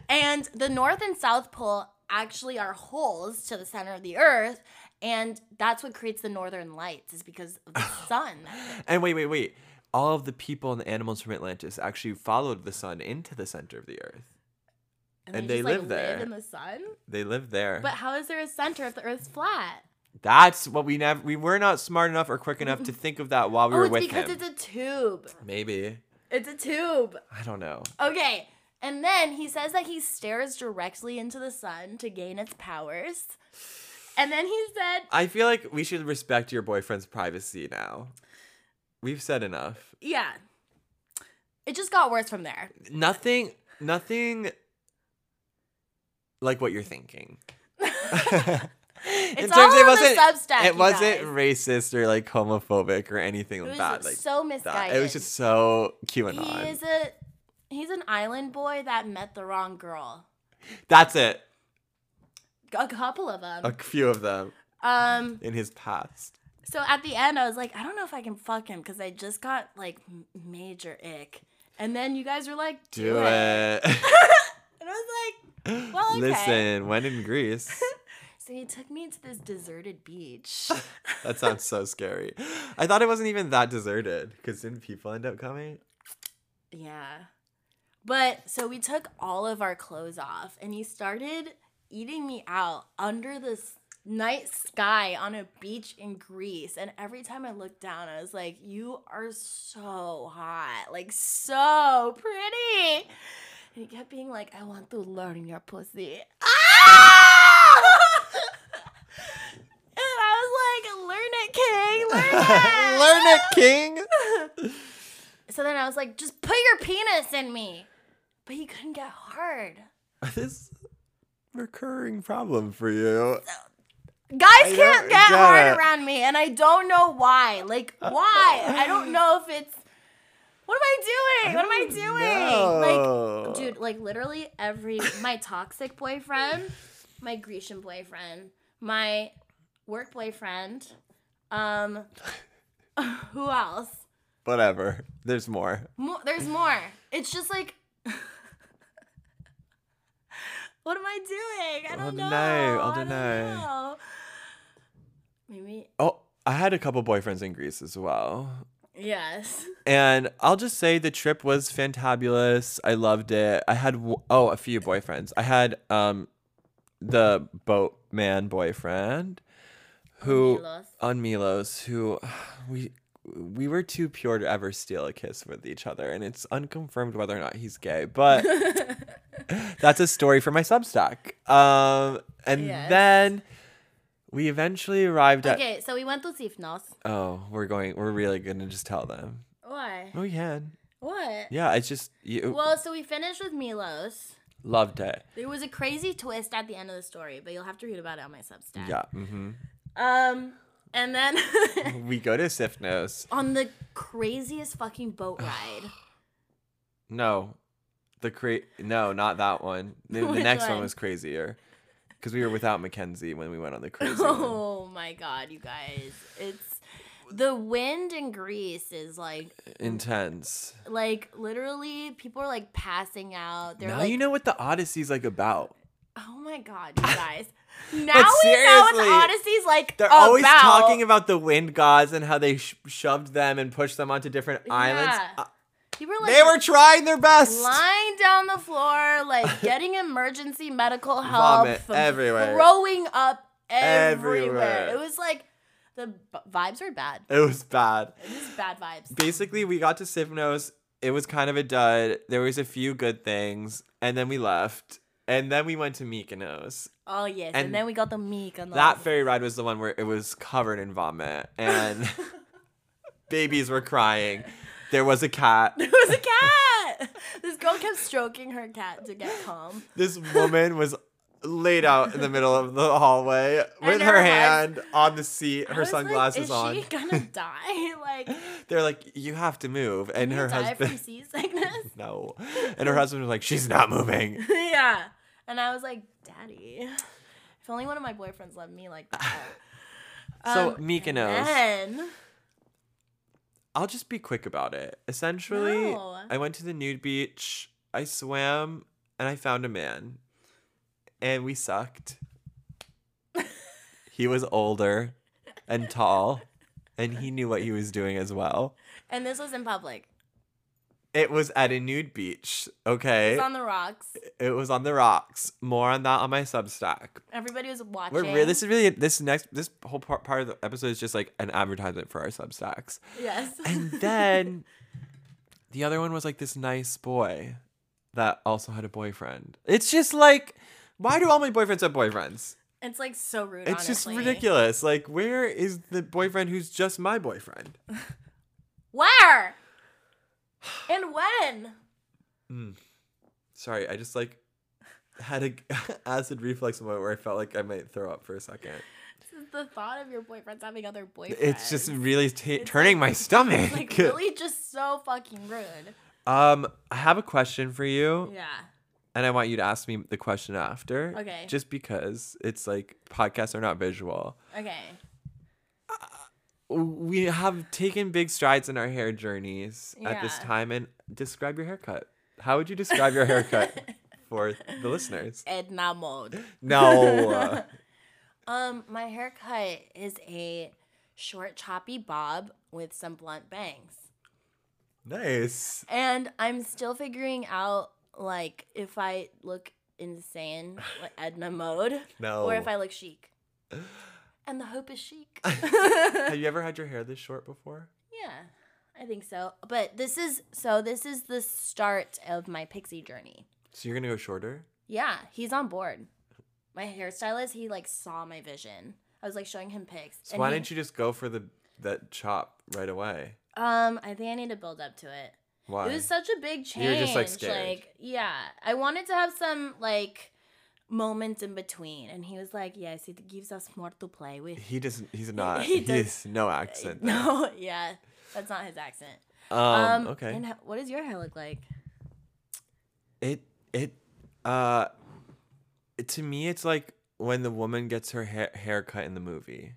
And the north and south pole actually are holes to the center of the earth. And that's what creates the northern lights, is because of the sun. And wait, wait, wait. All of the people and the animals from Atlantis actually followed the sun into the center of the earth. And they just, live there. in the sun. They lived there. But how is there a center if the earth's flat? That's what we never. We were not smart enough or quick enough to think of that while we oh, were it's with because him. it's a tube. Maybe It's a tube. I don't know. Okay. And then he says that he stares directly into the sun to gain its powers. And then he said, I feel like we should respect your boyfriend's privacy now. We've said enough. yeah. It just got worse from there. Nothing. Nothing. Like what you're thinking. It's all on the Substack, It you wasn't guys. racist or like homophobic or anything It like was that. Like so that. misguided. It was just so QAnon. he is a he's an island boy that met the wrong girl. That's it. A couple of them. A few of them Um. in his past. So at the end, I was like, I don't know if I can fuck him because I just got like m- major ick. And then you guys were like, Do, Do it. it. And I was like, Well, okay. Listen, when in Greece. So he took me to this deserted beach. That sounds so scary. I thought it wasn't even that deserted because didn't people end up coming? Yeah. But so we took all of our clothes off and he started eating me out under this night sky on a beach in Greece. And every time I looked down, I was like, You are so hot, like so pretty. And he kept being like, I want to learn your pussy. Ah! and I was like, Learn it, king, learn it. Learn it, King. So then I was like, just put your penis in me. But he couldn't get hard. This recurring problem for you. Guys can't don't get get hard it. around me, and I don't know why. Like, why? I don't know if it's. What am I doing? What am I doing? No. Like, dude, like literally every my toxic boyfriend, my Grecian boyfriend, my work boyfriend, um, who else? Whatever. There's more. Mo- there's more. It's just like, what am I doing? I I'll don't know. deny, I'll I don't deny. know. Maybe Oh, I had a couple boyfriends in Greece as well. yes. And I'll just say the trip was fantabulous. I loved it. I had w- oh a few boyfriends. I had um the boatman boyfriend who Milos. on Milos who we we were too pure to ever steal a kiss with each other and it's unconfirmed whether or not he's gay, but that's a story for my Substack. Um and Yes. then we eventually arrived at Okay, so we went to Sifnos. oh, we're going we're really going to just tell them. Why? Oh yeah. What? Yeah, it's just you Well, so we finished with Milos. loved it. There was a crazy twist at the end of the story, but you'll have to read about it on my Substack. Yeah. hmm Um, and then We go to Sifnos. on the craziest fucking boat ride. No, the cra- no, not that one. The, the Which next one? one? was crazier because we were without Mackenzie when we went on the crazy one. Oh my god, you guys. It's the wind in Greece is like Intense. like literally people are like passing out. They're now like you know what the Odyssey's like about. Oh my god, you guys. Now we know what seriously, the Odyssey's like They're about. always talking about the wind gods and how they sh- shoved them and pushed them onto different islands. Yeah. Uh, People are like they were trying their best. lying down the floor, like getting emergency medical help Vomit from everywhere. throwing up everywhere. Everywhere. It was like the b- vibes were bad. It was bad. It was bad vibes. Basically, we got to Sifnos. It was kind of a dud. There was a few good things, and then we left. And then we went to Mykonos. Oh yes, and, And then we got the meek on the That ferry ride was the one where it was covered in vomit and babies were crying. There was a cat. It was a cat. this girl kept stroking her cat to get calm. This woman was laid out in the middle of the hallway I with know, her I- hand on the seat, I her was like, sunglasses on. Is she gonna die? Like They're like, "You have to move." And her die from husband seasickness? No. And her husband was like, "She's not moving." yeah. And I was like, Daddy, if only one of my boyfriends loved me like that. So, Um, Mykonos. Then I'll just be quick about it. Essentially, No. I went to the nude beach, I swam, and I found a man. And we sucked. he was older and tall, and he knew what he was doing as well. and this was in public. It was at a nude beach, okay? It's on the rocks. it was on the rocks. More on that on my Substack. Everybody was watching. We're really, this is really this next this whole part, part of the episode is just like an advertisement for our Substacks. yes. And then the other one was like this nice boy that also had a boyfriend. It's just like, why do all my boyfriends have boyfriends? it's like so rude. It's just honestly. ridiculous. Like, where is the boyfriend who's just my boyfriend? Where? And when? Sorry, I just like had a acid reflux moment where I felt like I might throw up for a second. This is the thought of your boyfriend's having other boyfriends. It's just really t- It's turning my stomach. like really just so fucking rude. Um, I have a question for you. Yeah. and I want you to ask me the question after. Okay. Just because it's like podcasts are not visual. Okay. We have taken big strides in our hair journeys at this Yeah. time. And describe your haircut. How would you describe your haircut for the listeners? Edna mode. No. Um, my haircut is a short choppy bob with some blunt bangs. nice. And I'm still figuring out like if I look insane like Edna mode No. or if I look chic. And the hope is chic. have you ever had your hair this short before? Yeah, I think so. But this is so this is the start of my pixie journey. So you're gonna go shorter? Yeah, he's on board. My hairstylist, he like saw my vision. I was like showing him pics. So why didn't you just go for the that chop right away? you? Um, I think I need to build up to it. Why? It was such a big change. You were just, like, scared. yeah, I wanted to have some like moments in between. And he was like, yes, it gives us more to play with. He doesn't. He's not. He He's does- no accent. there. No, yeah, that's not his accent. Um, Um, okay. And ho- what does your hair look like? It it uh it- to me it's like when the woman gets her hair haircut in the movie.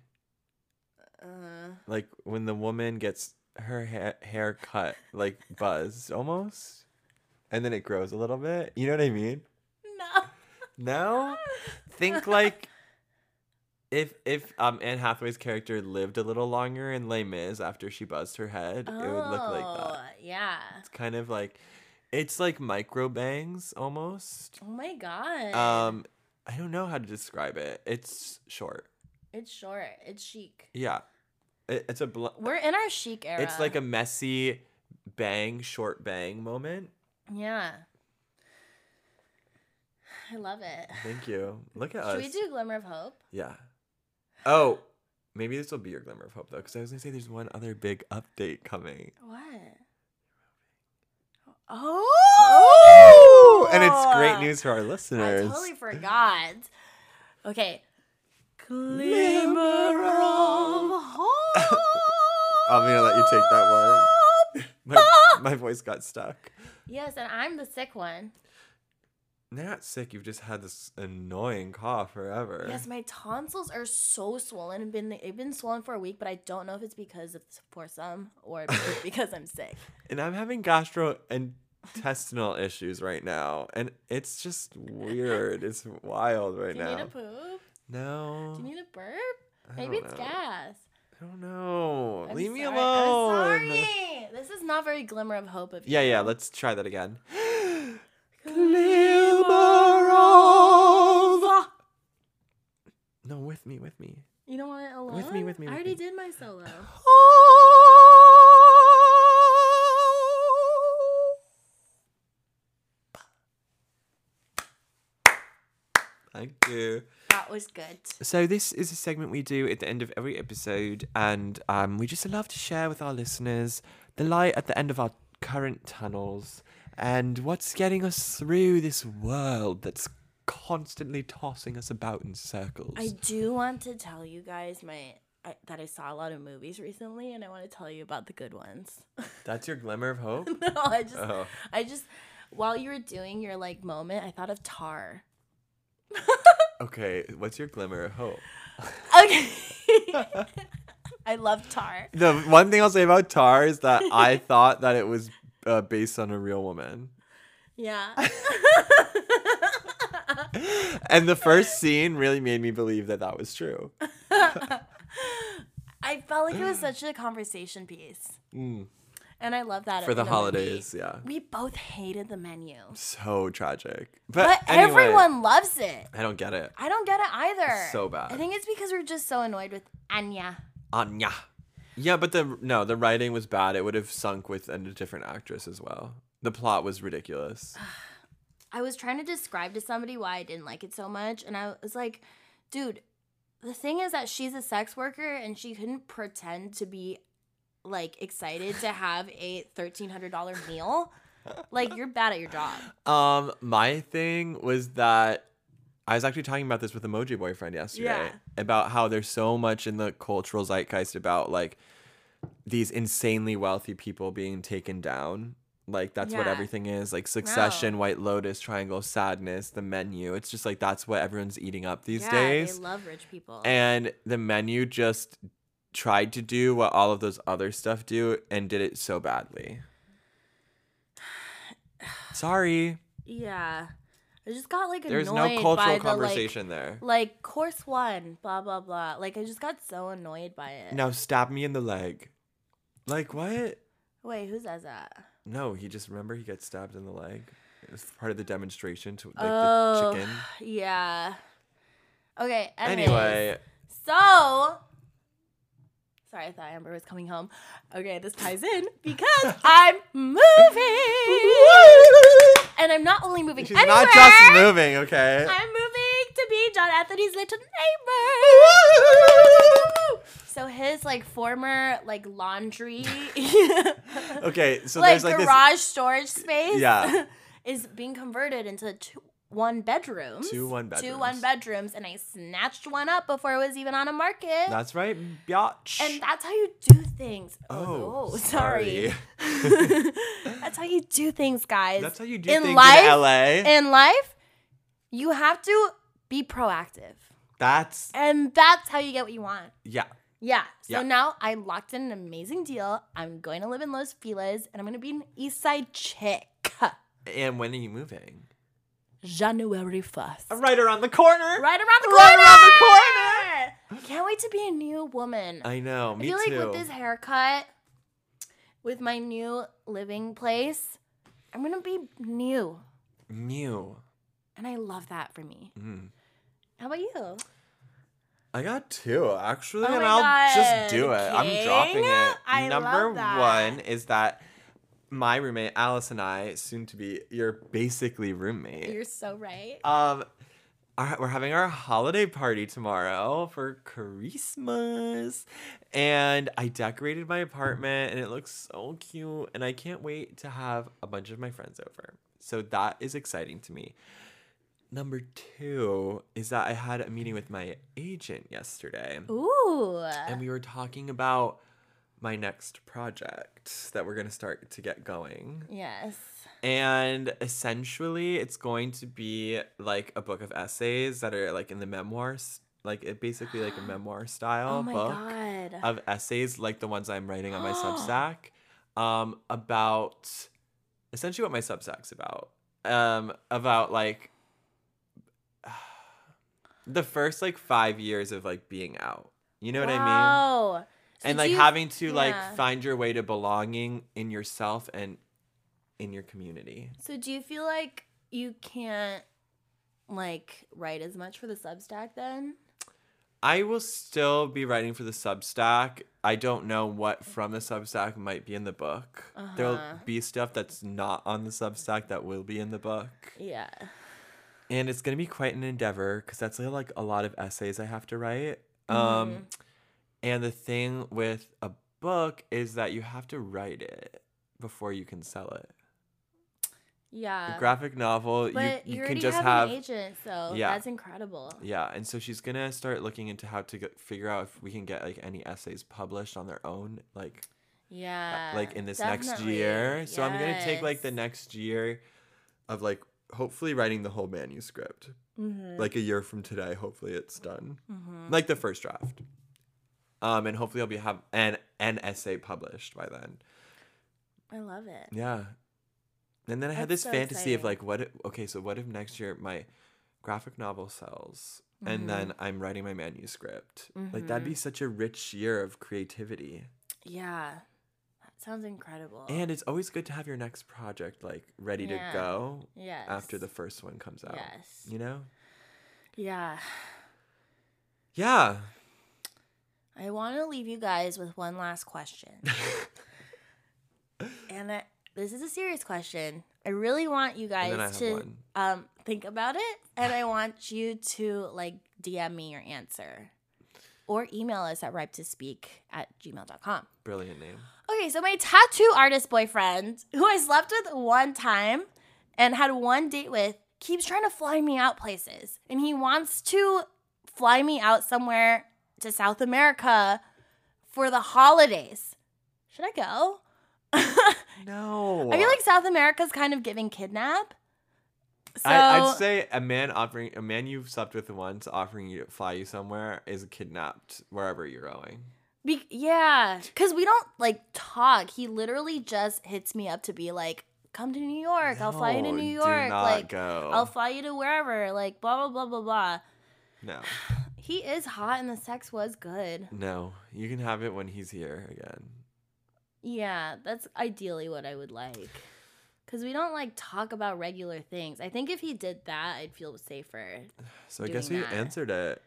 Uh, Like when the woman gets her hair hair cut like buzz almost and then it grows a little bit. You know what I mean? no. No? Think like if if um Anne Hathaway's character lived a little longer in Les Mis after she buzzed her head, it would look like that. Oh, Yeah. It's kind of like it's like micro bangs almost. Oh my god. Um, I don't know how to describe it. It's short. it's short. It's chic. Yeah, it, it's a bl- We're in our chic era. it's like a messy bang, short bang moment. yeah. I love it. Thank you. Look at Should us. we do glimmer of hope? yeah. Oh, maybe this will be your glimmer of hope though, because I was gonna say there's one other big update coming. What? Oh! and it's great news for our listeners. I totally forgot. Okay. Glimmer Glimmer of of hope. I'm gonna let you take that one. my, my voice got stuck. Yes, and I'm the sick one. You're not sick. You've just had this annoying cough forever. Yes, my tonsils are so swollen. I've been they've been swollen for a week, but I don't know if it's because of for some or because I'm sick. and I'm having gastrointestinal issues right now, and it's just weird. It's wild right Do you now. need a poop? no, Do you need a burp? I Maybe don't it's know. gas. I don't know. I'm Leave me sorry- alone. I'm sorry. This is not very glimmer of hope of you. Yeah, yeah. Let's try that again. Glimmer of- No, with me, with me. You don't want it alone? With me, with me, I with already me. did my solo. Thank you. That was good. So this is a segment we do at the end of every episode, and um, we just love to share with our listeners the light at the end of our current tunnels and what's getting us through this world that's constantly tossing us about in circles. I do want to tell you guys my I, that I saw a lot of movies recently, and I want to tell you about the good ones. That's your glimmer of hope. no, I just, Oh. I just, while you were doing your like moment, I thought of Tar. Okay, what's your glimmer of hope? Okay. I love Tar. The one thing I'll say about Tar is that I thought that it was uh, based on a real woman. Yeah. And the first scene really made me believe that that was true. I felt like it was such a conversation piece. And I love that. Mm. For in the a movie. holidays, yeah. We both hated the menu. So tragic. But anyway, everyone loves it. I don't get it. I don't get it either. So bad. I think it's because we're just so annoyed with Anya. Anya. Yeah, but the no, the writing was bad. It would have sunk with a different actress as well. The plot was ridiculous. I was trying to describe to somebody why I didn't like it so much, and I was like, dude, the thing is that she's a sex worker and she couldn't pretend to be like excited to have a $1,300 meal. Like, you're bad at your job. Um, my thing was that I was actually talking about this with Emoji Boyfriend yesterday Yeah. about how there's so much in the cultural zeitgeist about like these insanely wealthy people being taken down. Like that's what Yeah. everything is. Like Succession, White Lotus, Triangle, Sadness, the menu. It's just like that's what everyone's eating up these yeah, days. they love rich people. and the menu just tried to do what all of those other stuff do and did it so badly. Sorry. yeah. I just got like annoyed There's no cultural by conversation there. the like, like course one, blah blah blah. Like I just got so annoyed by it. Now stab me in the leg. Like what? Wait, who says that? No, he just remember he got stabbed in the leg. It was part of the demonstration to like the chicken. yeah. Okay. Oh, Anyways, Anyway, so sorry, I thought Amber was coming home. Okay, this ties in because I'm moving, and I'm not only moving she's anywhere. not just moving, okay? I'm moving to be John Anthony's little neighbor. so his like former like laundry, Okay, so like there's like garage storage space, Yeah. is being converted into two one bedrooms. Two one Two bedrooms. one bedrooms, and I snatched one up before it was even on a market. That's right, biatch. and that's how you do things. Oh, no, sorry. that's how you do things, guys. That's how you do in things life, in LA. In life, you have to be proactive. That's And that's how you get what you want. yeah. Yeah. So Yeah. now I locked in an amazing deal. I'm going to live in Los Feliz and I'm going to be an East Side chick. And when are you moving? January 1st. Right around the corner. Right around the corner. Right around the I can't wait to be a new woman. I I know. Uh, Me feel like too. with this haircut, with my new living place, I'm going to be new. New. And I love that for me. Mm. How about you? I got two actually, Oh and my I'll God, just do it. I'm dropping King. it. I Number love that. one is that my roommate Alice and I, soon to be, you're basically roommate. You're so right. um, our, we're having our holiday party tomorrow for Christmas, and I decorated my apartment, and it looks so cute, and I can't wait to have a bunch of my friends over. So that is exciting to me. Number two is that I had a meeting with my agent yesterday Ooh. and we were talking about my next project that we're going to start to get going. Yes. And essentially, it's going to be like a book of essays that are like in the memoirs, like it basically like a memoir style Oh my book god. of essays, like the ones I'm writing on my Substack, um, about essentially what my Substack's about, um, about like the first like five years of like being out. You know what I mean? wow. So and do like you- having to yeah. like find your way to belonging in yourself and in your community. So do you feel like you can't like write as much for the Substack then? I will still be writing for the Substack. I don't know what from the Substack might be in the book. Uh-huh. There'll be stuff that's not on the Substack that will be in the book. Yeah. And it's going to be quite an endeavor cuz that's like a lot of essays I have to write. Mm-hmm. Um and the thing with a book is that you have to write it before you can sell it. Yeah. A graphic novel, you, Uh, but you, you already can just have, have an agent, so Yeah. that's incredible. Yeah, and so she's gonna start looking into how to get, figure out if we can get like any essays published on their own, like Yeah. like in this next definitely. year. So I'm gonna take like the Yes. next year of like hopefully writing the whole manuscript, Mhm. like a year from today. Hopefully it's done, Mhm. like the first draft. Um, and hopefully I'll be have an an essay published by then. I love it. Yeah. And then I had That's this so fantasy exciting. of like, what? If, okay, so what if next year my graphic novel sells, and then Mm-hmm. I'm writing my manuscript? Like that'd be such a rich year of creativity. Yeah. That sounds incredible. And it's always good to have your next project like ready Yeah. to go yes. after the first one comes out. Yes. You know? Yeah. Yeah. I want to leave you guys with one last question. and I, this is a serious question. I really want you And then I guys have to one. um, think about it, and I want you to like DM me your answer or email us at ripe to speak at gmail.com. Brilliant name. Okay, so my tattoo artist boyfriend, who I slept with one time and had one date with, keeps trying to fly me out places. And he wants to fly me out somewhere to South America for the holidays. Should I go? I No. feel like South America's kind of giving kidnap. So I, I'd say a man offering a man you've slept with once offering you to fly you somewhere is kidnapped wherever you're going. Be- yeah, because we don't like talk. He literally just hits me up to be like, "Come to New York. I'll fly you to No, New do York. not like, go. I'll fly you to wherever." Like, blah blah blah blah blah. No, He is hot, and the sex was good. no. You can have it when he's here again. Yeah, that's ideally what I would like. Cause we don't like talk about regular things. I think if he did that, I'd feel safer. So I guess we Doing that. answered it.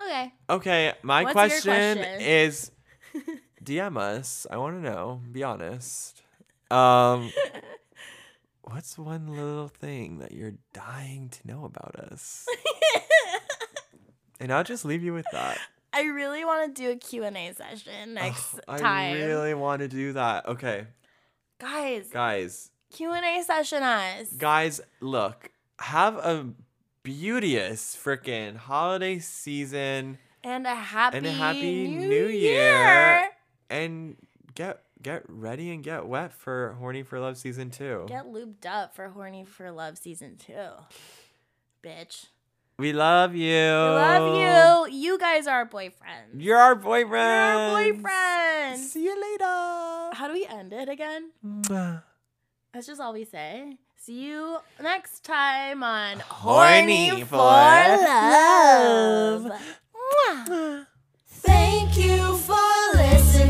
Okay. Okay, my What's your question, question? is DM us. I want to know. Be honest. Um, what's one little thing that you're dying to know about us? and I'll just leave you with that. I really want to do a Q&A session next Oh, I time. really want to do that. Okay, Guys, guys, Q&A session us. guys, look. have a beauteous freaking holiday season And a happy, and a happy new, new year. year. and get get ready and get wet for horny for love season 2. Get lubed up for Horny for Love season two. Bitch. We love you. We I love you. You guys are boyfriends. You're our boyfriend. You're our boyfriends. See you later. How do we end it again? Mwah. That's just all we say. See you next time on Horny Horny for for Love. Love. Mwah. Mwah. Thank you for listening.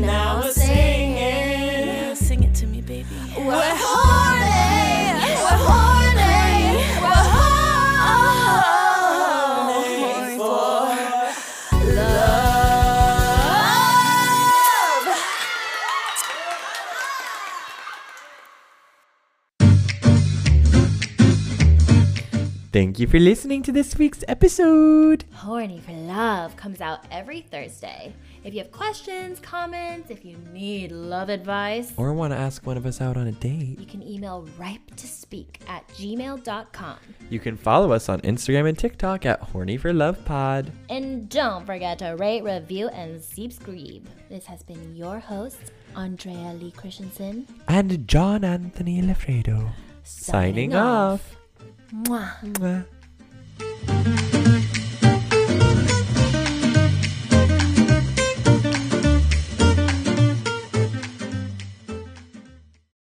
Now we're singing. Sing it to me, baby. We're horny. We're horny. We're horny Oh, for love. Thank you for listening to this week's episode. Horny for Love comes out every Thursday. If you have questions, comments, if you need love advice, Or want to ask one of us out on a date? you can email ripe to speak at gmail.com. You can follow us on Instagram and TikTok at Horny for Love Pod. And don't forget to rate, review, and subscribe. This has been your host, Andrea Lee Christensen, And John Anthony Lefredo. Signing off. Mwah. Mwah.